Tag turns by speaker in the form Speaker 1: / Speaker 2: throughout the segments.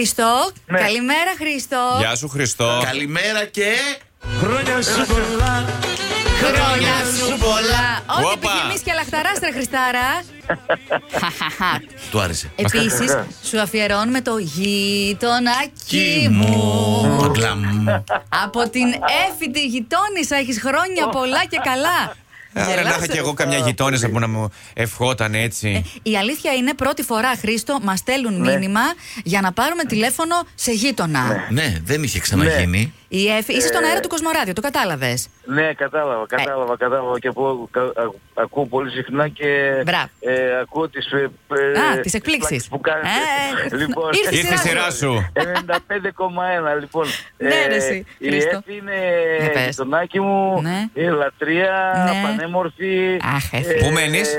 Speaker 1: Χριστό.
Speaker 2: Ναι.
Speaker 1: Καλημέρα, Χριστό.
Speaker 3: Γεια σου, Χριστό.
Speaker 2: Καλημέρα και.
Speaker 4: Χρόνια σου πολλά.
Speaker 1: Χρόνια
Speaker 2: σου πολλά.
Speaker 1: Ό,τι
Speaker 3: Όπα.
Speaker 1: επιθυμείς και λαχταράστρα, Χριστάρα.
Speaker 2: Του άρεσε.
Speaker 1: Επίσης, σου αφιερώνουμε το γειτονάκι μου.
Speaker 2: Απλά μου.
Speaker 1: Από την έφητη γειτόνισσα έχεις χρόνια πολλά και καλά.
Speaker 3: Άρα να είχα
Speaker 1: Γελάσε.
Speaker 3: και εγώ καμιά γειτόνισσα που να μου ευχόταν έτσι.
Speaker 1: Η αλήθεια είναι πρώτη φορά, Χρήστο, μας στέλνουν μήνυμα για να πάρουμε τηλέφωνο σε γείτονα.
Speaker 2: Ναι, δεν είχε ξαναγίνει.
Speaker 1: Η Εφη, είσαι στον αέρα του Κοσμοράδιο, το κατάλαβες.
Speaker 5: Ναι, κατάλαβα,
Speaker 1: Ε.
Speaker 5: κατάλαβα, κατάλαβα και από, κα- α- ακούω πολύ συχνά και
Speaker 1: Μπράβο.
Speaker 5: ε, ακούω τις, ε, ε,
Speaker 1: Α, τις
Speaker 5: τις
Speaker 1: εκπλήξεις.
Speaker 5: πλάκες που κάνετε.
Speaker 1: Ε, ε,
Speaker 5: λοιπόν,
Speaker 1: ήρθε η
Speaker 3: Ήρθε η σειρά σου.
Speaker 5: 95,1 λοιπόν.
Speaker 1: Ναι, ρε, εσύ,
Speaker 5: η
Speaker 1: Χρήστο.
Speaker 5: Εφη είναι
Speaker 1: Για πες.
Speaker 5: γειτονάκι μου,
Speaker 1: Ναι.
Speaker 5: η λατρεία,
Speaker 1: Ναι.
Speaker 5: πανέμορφη. ε,
Speaker 1: Αχ, Εφη.
Speaker 3: Πού μένεις?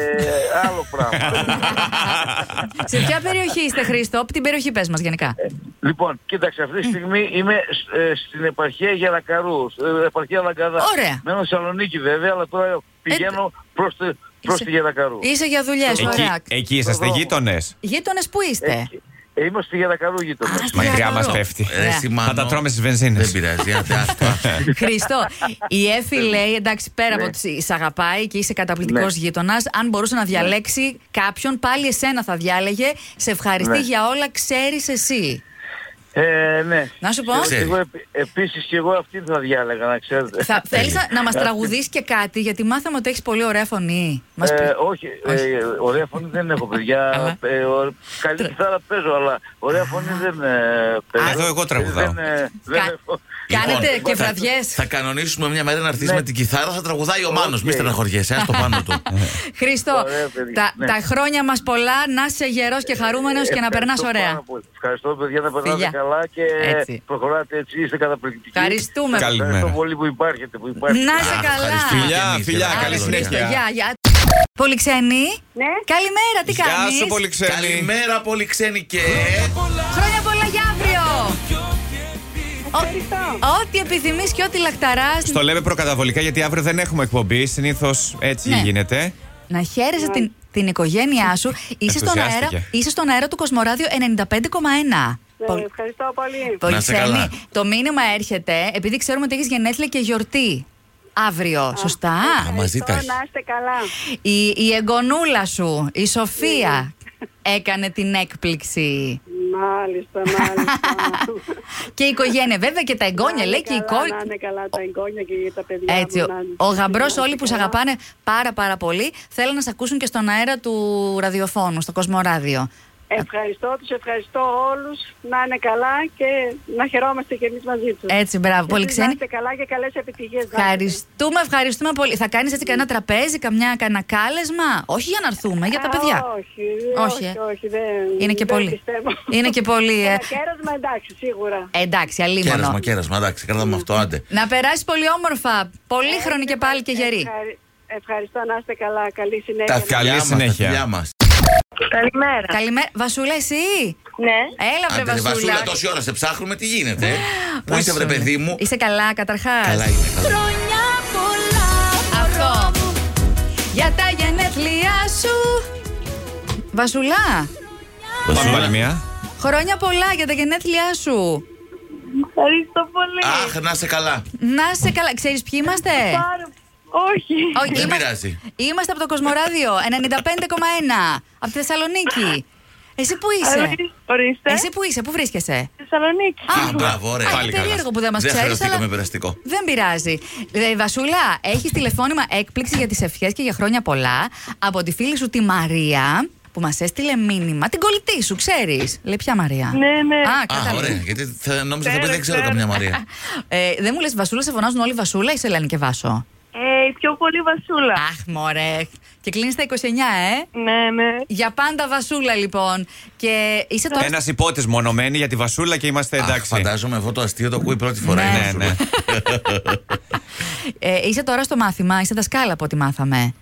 Speaker 5: άλλο πράγμα.
Speaker 1: σε ποια περιοχή είστε, Χρήστο, από την περιοχή πες μας γενικά.
Speaker 5: λοιπόν, κοίταξε, αυτή τη στιγμή είμαι σ- ε, στην επαρχία Γερακαρού, ε, επαρχία Λαγκαδά.
Speaker 1: Ωραία. Ε,
Speaker 5: Μένω στη Θεσσαλονίκη βέβαια, αλλά τώρα πηγαίνω προς, τη, προς
Speaker 1: Είσαι-
Speaker 5: τη Γερακαρού.
Speaker 1: Είσαι για δουλειές,
Speaker 3: Εκεί,
Speaker 1: Ε, ωραία.
Speaker 3: εκεί είσαστε γείτονες.
Speaker 1: Γείτονες που είστε.
Speaker 5: Ε, Είμαι στη Γερακαρού γείτονα.
Speaker 1: Α, στη
Speaker 3: Μακριά
Speaker 1: Γαλατορό.
Speaker 3: μας πέφτει.
Speaker 1: Ναι, Ε,
Speaker 3: Ναι.
Speaker 2: Ρε, Σιμάνο.
Speaker 3: Θα τα τρώμε στις βενζίνες.
Speaker 2: Δεν πειράζει, άντε, άστο, άστο.
Speaker 1: Χριστό, η Εφη λέει, εντάξει, πέρα από ότι σε αγαπάει και είσαι καταπληκτικός
Speaker 5: Ναι.
Speaker 1: γείτονας, αν μπορούσε να διαλέξει κάποιον, πάλι εσένα θα διάλεγε. Σε ευχαριστεί
Speaker 5: Ναι.
Speaker 1: για όλα, ξέρεις εσύ.
Speaker 5: Ε, ναι.
Speaker 1: Να σου πω.
Speaker 5: Εγώ-
Speaker 2: Ξέρεις.
Speaker 5: Εγώ, επί- επίσης και εγώ αυτήν θα διάλεγα, να ξέρετε.
Speaker 1: Θα θέλεις
Speaker 2: Τέλεια.
Speaker 1: να μας τραγουδήσει και κάτι, γιατί μάθαμε ότι έχεις πολύ ωραία φωνή. Μας
Speaker 5: Ε,
Speaker 1: πει-
Speaker 5: όχι, ε, ωραία φωνή δεν έχω παιδιά.
Speaker 1: Καλά.
Speaker 5: ε, ο- καλή κιθάρα παίζω, αλλά ωραία φωνή δεν ε, παίζω.
Speaker 3: Α, εδώ εγώ τραγουδάω.
Speaker 5: Δεν, ε, δεν
Speaker 1: Κα-
Speaker 5: έχω-
Speaker 1: Κάνετε
Speaker 2: Λοιπόν,
Speaker 1: και
Speaker 2: θα-
Speaker 1: βραδιές.
Speaker 2: Θα κανονίσουμε μια μέρα να έρθεις
Speaker 5: Ναι.
Speaker 2: με την κιθάρα, θα τραγουδάει ο Μάνος. Μη
Speaker 5: Οκ.
Speaker 2: στεναχωριέσαι, ας το πάνω του.
Speaker 1: Χριστό,
Speaker 5: Ωραία, παιδιά.
Speaker 1: τα,
Speaker 5: Ναι.
Speaker 1: τα χρόνια μας πολλά, να είσαι γερός και χαρούμενος και να
Speaker 5: Ευχαριστώ
Speaker 1: περνάς
Speaker 5: πάρα
Speaker 1: ωραία.
Speaker 5: πολύ. Ευχαριστώ παιδιά, να περνάτε
Speaker 1: Φιλιά.
Speaker 5: καλά και
Speaker 1: Έτσι.
Speaker 5: προχωράτε έτσι, είστε καταπληκτικοί.
Speaker 1: Ευχαριστούμε.
Speaker 5: Ευχαριστώ
Speaker 3: Καλημέρα.
Speaker 5: πολύ που υπάρχετε, που υπάρχετε.
Speaker 1: Να
Speaker 2: Αχ,
Speaker 1: είσαι καλά.
Speaker 2: ευχαριστούμε
Speaker 3: Φιλιά,
Speaker 2: κι εμείς,
Speaker 3: φιλιά,
Speaker 2: γελάτε,
Speaker 3: καλή
Speaker 2: Δωρία.
Speaker 3: συνέχεια.
Speaker 1: Γεια, γεια. Πολύ ξένοι.
Speaker 6: Ναι.
Speaker 1: Καλημέρα, τι
Speaker 3: Γεια
Speaker 1: κάνεις
Speaker 3: σου, πολύ ξένη.
Speaker 2: Καλημέρα, πολύ ξένη και.
Speaker 1: Χρόνια πολλά για αύριο. Ο- Ό,τι επιθυμείς και ό,τι λαχταράς
Speaker 3: Στο λέμε προκαταβολικά γιατί αύριο δεν έχουμε εκπομπή. Συνήθως έτσι
Speaker 1: Ναι.
Speaker 3: γίνεται.
Speaker 1: Να χαίρεσαι την, την οικογένειά σου. Είσαι στον, αέρα,
Speaker 3: Ενθουσιάστηκε.
Speaker 1: είσαι στον αέρα του Κοσμοράδιο 95,1.
Speaker 6: Ναι,
Speaker 1: Πολύ-
Speaker 6: ευχαριστώ πολύ.
Speaker 1: Πολύ
Speaker 2: Να είστε
Speaker 1: ξένη.
Speaker 2: καλά.
Speaker 1: Το μήνυμα έρχεται επειδή ξέρουμε ότι έχεις γενέθλια και γιορτή αύριο, σωστά.
Speaker 2: Α, μαζί τα έχεις.
Speaker 6: Ευχαριστώ, Να είστε καλά.
Speaker 1: Η, η εγγονούλα σου, η Σοφία, έκανε την έκπληξη.
Speaker 6: Μάλιστα, μάλιστα.
Speaker 1: και η οικογένεια, βέβαια και τα εγγόνια,
Speaker 6: Να
Speaker 1: λέει
Speaker 6: είναι
Speaker 1: και η
Speaker 6: καλά,
Speaker 1: κόρη.
Speaker 6: Να είναι καλά τα εγγόνια και τα παιδιά.
Speaker 1: Έτσι,
Speaker 6: μου,
Speaker 1: ο,
Speaker 6: να είναι-
Speaker 1: ο γαμπρός,
Speaker 6: να
Speaker 1: όλοι
Speaker 6: είστε
Speaker 1: που σε
Speaker 6: καλά.
Speaker 1: αγαπάνε πάρα πάρα πολύ, θέλουν να σε ακούσουν και στον αέρα του ραδιοφώνου, στο Κοσμοράδιο.
Speaker 6: Ευχαριστώ τους, ευχαριστώ όλους. Να είναι καλά και να χαιρόμαστε και εμείς μαζί τους.
Speaker 1: Έτσι, μπράβο, Ε, πολύ
Speaker 6: Εσείς
Speaker 1: ξένη.
Speaker 6: Να είστε καλά και καλές επιτυχίες. να έχετε.
Speaker 1: Ευχαριστούμε, ευχαριστούμε πολύ. Θα κάνεις έτσι κανένα τραπέζι, καμιά, κανένα κάλεσμα. Όχι για να έρθουμε, για τα
Speaker 6: Α,
Speaker 1: παιδιά.
Speaker 6: Όχι,
Speaker 1: Όχι,
Speaker 6: όχι,
Speaker 1: ε.
Speaker 6: όχι, δεν,
Speaker 1: Είναι και
Speaker 6: δεν
Speaker 1: πολύ.
Speaker 6: πιστεύω.
Speaker 1: Είναι και πολύ, ε.
Speaker 6: Ένα κέρασμα εντάξει, σίγουρα.
Speaker 1: Ε, Εντάξει, αλίμονο.
Speaker 2: Κέρασμα, κέρασμα, εντάξει, κρατάμε αυτό, άντε.
Speaker 1: Να περάσεις πολύ όμορφα.
Speaker 6: Ε,
Speaker 1: Πολύχρονη και πάλι και γερή.
Speaker 6: Ευχαρι- Ευχαριστώ, να είστε καλά. Καλή συνέχεια.
Speaker 2: Τα
Speaker 6: Να-
Speaker 3: Καλή
Speaker 2: φιλιά μας, τα
Speaker 3: συνέχεια.
Speaker 2: φιλιά μας.
Speaker 7: Καλημέρα.
Speaker 1: Καλημέρα. Βασούλα, εσύ.
Speaker 7: Ναι.
Speaker 1: Έλα,
Speaker 2: Άντε,
Speaker 1: βρε
Speaker 2: ρε, Βασούλα,
Speaker 1: Βασούλα.
Speaker 2: τόση ώρα σε ψάχνουμε, τι γίνεται. ε? Πού είσαι, βρε
Speaker 1: Βασούλα.
Speaker 2: παιδί μου.
Speaker 1: Είσαι καλά, καταρχάς.
Speaker 2: Καλά είναι. καλά.
Speaker 1: Χρόνια πολλά Αυτό Για τα γενέθλιά σου Βασουλά
Speaker 3: Πάμε
Speaker 2: Βασούλα.
Speaker 3: πάλι μία.
Speaker 1: Χρόνια πολλά για τα γενέθλιά σου
Speaker 7: Ευχαριστώ πολύ.
Speaker 2: Αχ, να είσαι καλά.
Speaker 1: Να σε καλά Ξέρεις ποιοι είμαστε
Speaker 7: Πάρα...
Speaker 1: ναι.
Speaker 7: Όχι.
Speaker 1: Όχι,
Speaker 2: Δεν
Speaker 1: είμα-
Speaker 2: πειράζει.
Speaker 1: Είμαστε από το Κοσμοράδιο 95,1 Από τη Θεσσαλονίκη Εσύ που είσαι
Speaker 7: Ορίστε. Ορίστε.
Speaker 1: Εσύ που είσαι, που βρίσκεσαι
Speaker 7: Θεσσαλονίκη.
Speaker 1: Α,
Speaker 2: Α, μπράβο, ωραία.
Speaker 1: α,
Speaker 2: Πάλι καλά.
Speaker 1: περίεργο που δεν μας
Speaker 2: Δεν
Speaker 1: ξέρεις,
Speaker 2: χαρακτήκαμε
Speaker 1: αλλά-
Speaker 2: περαστικό.
Speaker 1: Δεν πειράζει. Ε, Βασούλα, έχεις τηλεφώνημα έκπληξη για τις ευχές και για χρόνια πολλά από τη φίλη σου τη Μαρία που μας έστειλε μήνυμα. Την κολλητή σου, ξέρεις. Λέει ποια Μαρία.
Speaker 7: Ναι, ναι.
Speaker 1: Α,
Speaker 2: Α,
Speaker 1: κατάλαβα.
Speaker 2: ωραία. Γιατί θα νόμιζα θα πει
Speaker 7: Ξέρω,
Speaker 2: δεν ξέρω
Speaker 7: ξέρω.
Speaker 2: καμιά Μαρία.
Speaker 1: Ε, δεν μου λες Βασούλα, σε φωνάζουν όλοι Βασούλα ή σε λένε και Βάσο.
Speaker 7: Ε, η πιο πολύ βασούλα.
Speaker 1: Αχ, μωρέ. Και κλείνεις τα 29, ε.
Speaker 7: Ναι, ναι.
Speaker 1: Για πάντα Βασούλα, λοιπόν. Και είσαι τώρα.
Speaker 3: Ένας υπότης μονομένη για τη Βασούλα και είμαστε
Speaker 2: Αχ,
Speaker 3: εντάξει.
Speaker 2: φαντάζομαι αυτό το αστείο το ακούει πρώτη φορά. η
Speaker 3: Ναι,
Speaker 2: Βασούλα.
Speaker 3: ναι.
Speaker 1: Ε, είσαι τώρα στο μάθημα, είσαι δασκάλα από ό,τι μάθαμε.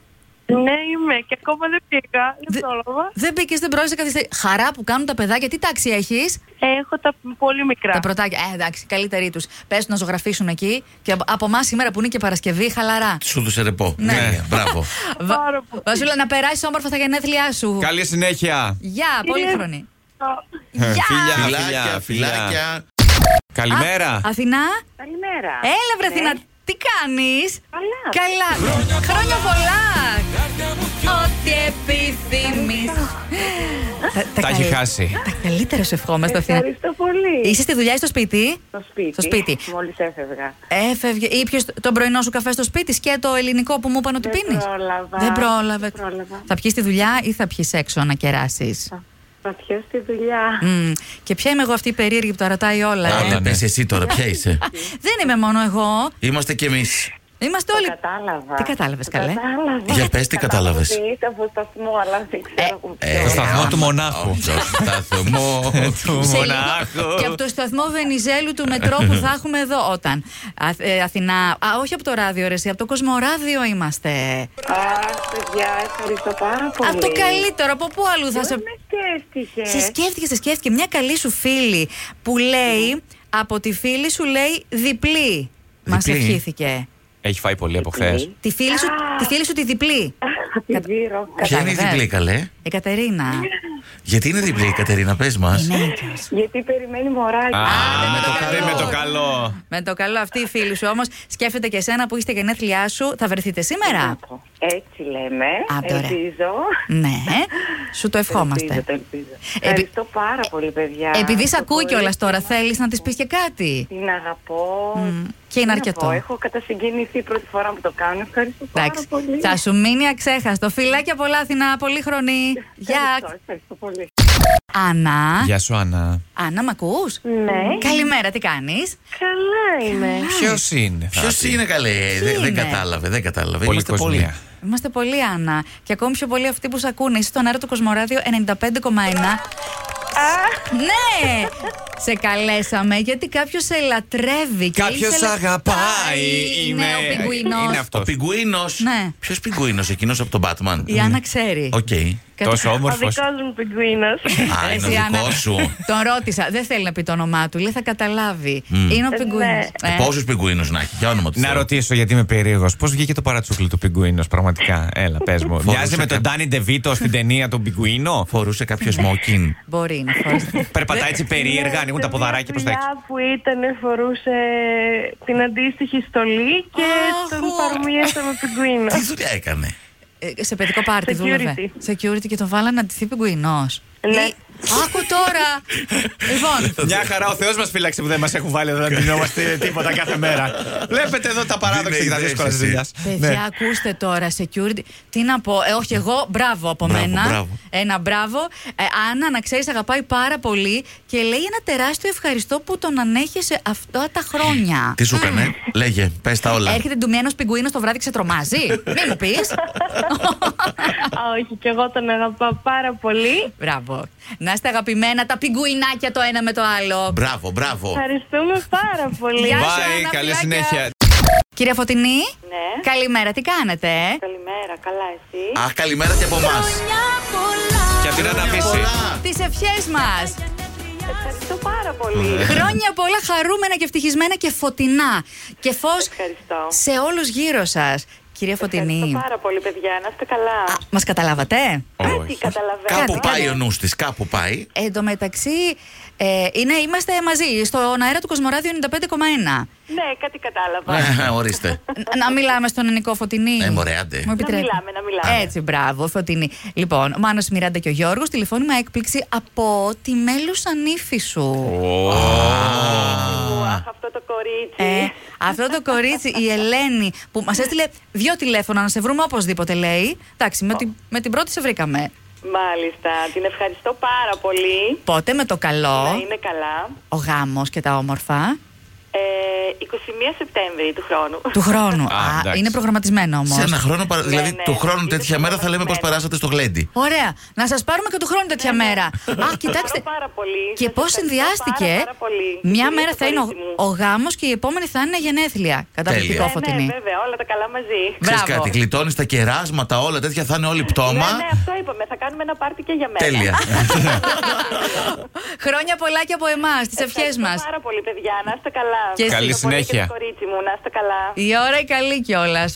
Speaker 7: Ναι, είμαι και ακόμα δεν πήγα.
Speaker 1: Δε-
Speaker 7: Δεν πρόλαβα.
Speaker 1: Δεν μπήκε, δεν πρόσεχε καθυστερή. Χαρά που κάνουν τα παιδάκια, τι τάξη έχεις.
Speaker 7: Έχω τα πολύ μικρά.
Speaker 1: Τα πρωτάκια. Ε, εντάξει, καλύτεροι τους. Πες να ζωγραφίσουν εκεί. Και από- από εμάς σήμερα που είναι και Παρασκευή, χαλαρά.
Speaker 2: Σου δούσε ρεπό. Ναι, μπράβο.
Speaker 1: Βα-
Speaker 7: Πάρα πολύ.
Speaker 1: Βασούλα, να περάσει όμορφα τα γενέθλιά σου.
Speaker 3: Καλή συνέχεια.
Speaker 1: Γεια,
Speaker 7: Κύριε-
Speaker 1: πολύχρονη. Γεια!
Speaker 3: Φιλιά,
Speaker 2: Φιλάκια, φιλάκια.
Speaker 3: Καλημέρα.
Speaker 1: Αθηνά,
Speaker 7: Καλημέρα.
Speaker 1: έλα βρε Αθηνά, τι κάνεις? Καλά. Χρόνια πολλά. Ό,τι επιθυμείς. Τα-
Speaker 3: Τα έχει
Speaker 1: καλέ-
Speaker 3: χάσει.
Speaker 1: Τα καλύτερα σου ευχόμαστε, Αθηνά.
Speaker 7: Ευχαριστώ πολύ.
Speaker 1: Είσαι στη δουλειά ή στο σπίτι?
Speaker 7: Στο σπίτι.
Speaker 1: Στο σπίτι.
Speaker 7: Μόλις έφευγα.
Speaker 1: Έφευγε. Ήπιες τον πρωινό σου καφέ στο σπίτι και το ελληνικό που μου είπαν ότι
Speaker 7: Δεν
Speaker 1: πίνεις.
Speaker 7: πρόλαβα.
Speaker 1: Δεν πρόλαβε.
Speaker 7: Δεν πρόλαβα.
Speaker 1: Θα πιεις στη δουλειά ή θα πιεις έξω να κεράσεις.
Speaker 7: Θα πιω στη δουλειά.
Speaker 1: Μμμ. Και ποια είμαι εγώ αυτή η περίεργη που τα ρωτάει όλα. ε?
Speaker 2: Άντε,
Speaker 3: ναι.
Speaker 2: πες εσύ τώρα, ποια είσαι.
Speaker 1: Δεν είμαι μόνο εγώ.
Speaker 2: Είμαστε κι εμείς.
Speaker 1: Είμαστε όλοι.
Speaker 7: Κατάλαβα.
Speaker 1: Τι κατάλαβες,
Speaker 7: Το
Speaker 1: καλέ?
Speaker 7: Κατάλαβα.
Speaker 2: Για πες τι κατάλαβες.
Speaker 7: Ότι Είστε από σταθμό, αλλά δεν ξέρω. από
Speaker 2: ε,
Speaker 3: Το
Speaker 7: ποιο.
Speaker 3: σταθμό του μονάχου. Ε,
Speaker 2: Το σταθμό.
Speaker 3: Του
Speaker 1: Σε λίγο.
Speaker 3: μονάχου.
Speaker 1: Και από το σταθμό Βενιζέλου του μετρό που θα έχουμε εδώ όταν. Α, ε, Αθηνά. Α, όχι από το ράδιο, ρε, εσύ, από το Κοσμοράδιο είμαστε.
Speaker 7: Αχ, παιδιά, ευχαριστώ πάρα πολύ.
Speaker 1: Από το καλύτερο, από πού αλλού θα
Speaker 7: Δεν
Speaker 1: σε.
Speaker 7: με σκέφτηκες.
Speaker 1: Σε σκέφτηκε, σε σκέφτηκε μια καλή σου φίλη που λέει, από τη φίλη σου λέει διπλή. Μας
Speaker 2: Διπλή.
Speaker 1: ευχήθηκε.
Speaker 3: Έχει φάει πολύ από χθες.
Speaker 1: Τη φίλη, σου, τη φίλη σου τη διπλή.
Speaker 7: Την πήρω.
Speaker 2: Ποια είναι η
Speaker 1: Καταλαβαίνω.
Speaker 2: διπλή, καλέ.
Speaker 1: Η Κατερίνα.
Speaker 2: Γιατί είναι διπλή η Κατερίνα, πες μας.
Speaker 7: Γιατί περιμένει μωράκι.
Speaker 3: Α,
Speaker 1: δεν με
Speaker 3: με
Speaker 1: το καλό.
Speaker 3: το, δεν με το καλό.
Speaker 1: Με το καλό αυτή η φίλη σου όμως, σκέφτεται και εσένα που είστε γενέθλιά σου, θα βρεθείτε σήμερα.
Speaker 7: Έτσι λέμε.
Speaker 1: Α, τώρα.
Speaker 7: Ελπίζω.
Speaker 1: Ναι, σου το
Speaker 7: Ελπίζω,
Speaker 1: ευχόμαστε.
Speaker 7: το ελπίζω.
Speaker 1: Επει-
Speaker 7: Ευχαριστώ πάρα πολύ, παιδιά.
Speaker 1: Επειδή σε
Speaker 7: Το
Speaker 1: ακούει
Speaker 7: πολύ.
Speaker 1: κιόλα τώρα, θέλεις να της πεις και κάτι.
Speaker 7: Την αγαπώ.
Speaker 1: Μμ, και
Speaker 7: Τι
Speaker 1: είναι
Speaker 7: να
Speaker 1: αρκετό.
Speaker 7: πω, Ε, Έχω κατασυγκινηθεί πρώτη φορά που το κάνω. Ευχαριστώ πάρα
Speaker 1: Εντάξει.
Speaker 7: πολύ.
Speaker 1: Θα σου μείνει αξέχαστο. Φιλάκια πολλά, Αθηνά. Πολύ χρονή.
Speaker 7: Ευχαριστώ,
Speaker 1: Γεια.
Speaker 7: ευχαριστώ πολύ.
Speaker 1: Άννα.
Speaker 3: Γεια σου, Άννα.
Speaker 1: Άννα, μ' ακούς.
Speaker 7: Ναι.
Speaker 1: Καλημέρα, τι κάνεις.
Speaker 7: Καλά είμαι.
Speaker 3: Ποιος είναι, θα
Speaker 2: Ποιο
Speaker 3: πει.
Speaker 2: είναι καλέ, δεν, δεν
Speaker 1: είναι?
Speaker 2: κατάλαβε, δεν κατάλαβε. Είμαστε πολλοί.
Speaker 3: Πολυκοσμία.
Speaker 1: Είμαστε πολλοί, Άννα. Και ακόμη πιο πολλοί αυτοί που σ' ακούνε. Είσαι στον αέρα του Κοσμοράδιο 95,1. Ναι! σε καλέσαμε γιατί κάποιος σε λατρεύει. και
Speaker 3: Κάποιος
Speaker 1: ήθελε-
Speaker 3: αγαπάει,
Speaker 1: Είναι
Speaker 3: είναι-
Speaker 1: ο πιγκουινός.
Speaker 3: είναι αυτός.
Speaker 2: Ο πιγκουίνος.
Speaker 1: Ναι.
Speaker 2: Ποιος πιγκουίνος, εκείνος από τον Batman.
Speaker 1: Η Άννα ξέρει.
Speaker 2: Οκ.
Speaker 1: Κατα-
Speaker 3: Τόσο
Speaker 7: Ο
Speaker 3: όμορφος.
Speaker 7: δικός μου πιγκουίνος.
Speaker 2: Α, είναι
Speaker 1: Εσύ,
Speaker 2: ο
Speaker 1: Άννα,
Speaker 2: δικό σου.
Speaker 1: Τον ρώτησα. Δεν θέλει να πει το όνομά του. Λέει θα καταλάβει. Είναι ο
Speaker 7: Ε,
Speaker 1: πιγκουίνο.
Speaker 7: ναι.
Speaker 2: Πόσους πιγκουίνους να έχει, για όνομα του.
Speaker 3: Να
Speaker 2: Θεού.
Speaker 3: ρωτήσω γιατί είμαι περίεργος. Πώς βγήκε το παρατσούκλι του πιγκουίνος, πραγματικά. Έλα, πες μου. Μοιάζει με τον Ντάνι Ντεβίτο στην ταινία τον πιγκουίνο.
Speaker 2: Φορούσε κάποιο smoking.
Speaker 1: Μπορεί να φορέσει.
Speaker 3: Περπατάει έτσι
Speaker 7: Ναι,
Speaker 3: περίεργα, ανοίγουν τα ποδαράκια προς τα έξω.
Speaker 7: που ήταν φορούσε την αντίστοιχη στολή και
Speaker 1: Αχ,
Speaker 7: τον
Speaker 1: ω.
Speaker 7: παρομοίασε με πιγκουίνο.
Speaker 2: Τι δουλειά έκανε.
Speaker 1: Ε, σε παιδικό πάρτι
Speaker 7: Security.
Speaker 1: δούλευε. Security και τον βάλανε να ντυθεί πιγκουινό.
Speaker 7: Ναι.
Speaker 1: Άκου τώρα. λοιπόν,
Speaker 3: Μια χαρά, ο Θεός μας φύλαξε που δεν μας έχουν βάλει εδώ να πληνόμαστε τίποτα κάθε μέρα. Βλέπετε εδώ τα παράδοξα
Speaker 2: Δεν
Speaker 3: και τα
Speaker 2: με
Speaker 3: δύσκολα Ναι. τη
Speaker 2: ιδέες
Speaker 3: δουλειά.
Speaker 2: εσύ.
Speaker 1: παιδιά, ακούστε τώρα security. Τι να πω, ε, όχι εγώ, μπράβο από
Speaker 2: Μπράβο,
Speaker 1: μένα.
Speaker 2: μπράβο.
Speaker 1: Ένα μπράβο. Ε, Άννα, να ξέρεις, αγαπάει πάρα πολύ και λέει ένα τεράστιο ευχαριστώ που τον ανέχεσαι αυτά τα χρόνια.
Speaker 2: Τι σου έκανε, λέγε, πες τα όλα.
Speaker 1: Έρχεται ντουμένος πιγκουίνος το βράδυ και σε τρομάζει. Μην μου πεις.
Speaker 7: Α, Όχι, και εγώ τον αγαπάω πάρα πολύ.
Speaker 1: Μπράβο. Να είστε αγαπημένα τα πιγκουινάκια το ένα με το άλλο.
Speaker 2: Μπράβο, μπράβο.
Speaker 7: Ευχαριστούμε πάρα πολύ.
Speaker 1: Γεια. Άννα,
Speaker 3: Bye, καλή
Speaker 1: φιλάκια.
Speaker 3: συνέχεια.
Speaker 1: Κυρία Φωτεινή,
Speaker 7: Ναι.
Speaker 1: καλημέρα, τι κάνετε. ε?
Speaker 7: Καλημέρα, καλά εσύ.
Speaker 2: Αχ, καλημέρα και από εμάς.
Speaker 3: Και αυτή να αναβήσει.
Speaker 1: Τις ευχές μας.
Speaker 7: Ευχαριστώ πάρα πολύ.
Speaker 1: Ναι. Χρόνια πολλά χαρούμενα και ευτυχισμένα και φωτεινά. Και φως
Speaker 7: Ευχαριστώ.
Speaker 1: σε όλους γύρω σας. Κυρία Φωτεινή,
Speaker 7: Ευχαριστώ πάρα πολύ, παιδιά. Να είστε καλά.
Speaker 1: μας καταλάβατε.
Speaker 7: Κάτι καταλαβαίνω.
Speaker 2: Κάπου
Speaker 1: Κάτι,
Speaker 2: πάει
Speaker 1: κάτι.
Speaker 2: ο νους της, κάπου πάει.
Speaker 1: Εν τω μεταξύ, ε, είναι, είμαστε μαζί στον αέρα του Κοσμοράδιο 95,1.
Speaker 7: Ναι, κάτι κατάλαβα.
Speaker 2: Ε, Ορίστε.
Speaker 1: Ν- Να μιλάμε στον ελληνικό φωτεινή.
Speaker 2: Ε, μωρέ, άντε.
Speaker 1: Μου επιτρέπετε.
Speaker 7: Να μιλάμε, να μιλάμε.
Speaker 1: Έτσι, μπράβο, φωτεινή. Λοιπόν, ο Μάνος η Μιράντα και ο Γιώργος, τηλεφώνημα έκπληξη από τη μέλουσαν ύφη σου.
Speaker 7: Ου, Αχ, αυτό το κορίτσι.
Speaker 1: Ε, αυτό το κορίτσι, η Ελένη, που μας έστειλε δύο τηλέφωνα να σε βρούμε οπωσδήποτε, λέει. Εντάξει, με την, με την πρώτη σε βρήκαμε.
Speaker 7: Μάλιστα, την ευχαριστώ πάρα πολύ.
Speaker 1: Πότε με το
Speaker 7: Να
Speaker 1: καλό,
Speaker 7: Ναι, είναι καλά.
Speaker 1: ο γάμος και τα όμορφα
Speaker 7: Ε, 21 Σεπτέμβρη του χρόνου.
Speaker 1: του χρόνου. Α,
Speaker 3: Α, εντάξει.
Speaker 1: είναι προγραμματισμένο όμως.
Speaker 2: Σε ένα χρόνο, παρα- δηλαδή
Speaker 7: ναι.
Speaker 2: του χρόνου
Speaker 7: Είναι
Speaker 2: τέτοια μέρα θα λέμε πώς
Speaker 7: προγραμματισμένο.
Speaker 2: περάσατε στο γλέντι.
Speaker 1: Ωραία, να σας πάρουμε και του χρόνου τέτοια μέρα. Α, κοιτάξτε.
Speaker 7: Ναι, Ευχαριστώ πάρα πολύ.
Speaker 1: Και
Speaker 7: Σας
Speaker 1: πώς
Speaker 7: ευχαριστώ
Speaker 1: συνδυάστηκε.
Speaker 7: πάρα, πάρα πολύ.
Speaker 1: Μια
Speaker 7: Κυρίως
Speaker 1: μέρα
Speaker 7: το
Speaker 1: θα είναι ο,
Speaker 7: κορίτσι μου.
Speaker 1: ο γάμος και η επόμενη θα είναι γενέθλια. Καταπληκτικό
Speaker 2: Τέλεια.
Speaker 1: φωτεινή.
Speaker 7: Ναι, ναι, βέβαια, όλα τα καλά μαζί.
Speaker 2: Ξέρεις
Speaker 1: Μπράβο.
Speaker 2: κάτι, γλιτώνεις τα κεράσματα, όλα τέτοια θα είναι όλοι πτώμα.
Speaker 7: Ναι, ναι, αυτό είπαμε. Θα κάνουμε ένα πάρτι και για μένα.
Speaker 2: Τέλεια.
Speaker 1: Χρόνια πολλά και από εμάς, τις ευχέ
Speaker 7: Ευχαριστώ
Speaker 1: μας.
Speaker 7: πάρα πολύ, παιδιά. Να είστε καλά.
Speaker 1: Και εσύ.
Speaker 3: Καλή
Speaker 7: Ευχαριστώ πολύ
Speaker 3: συνέχεια.
Speaker 7: Και το κορίτσι μου, να είστε καλά.
Speaker 1: Η ώρα η καλή κιόλας.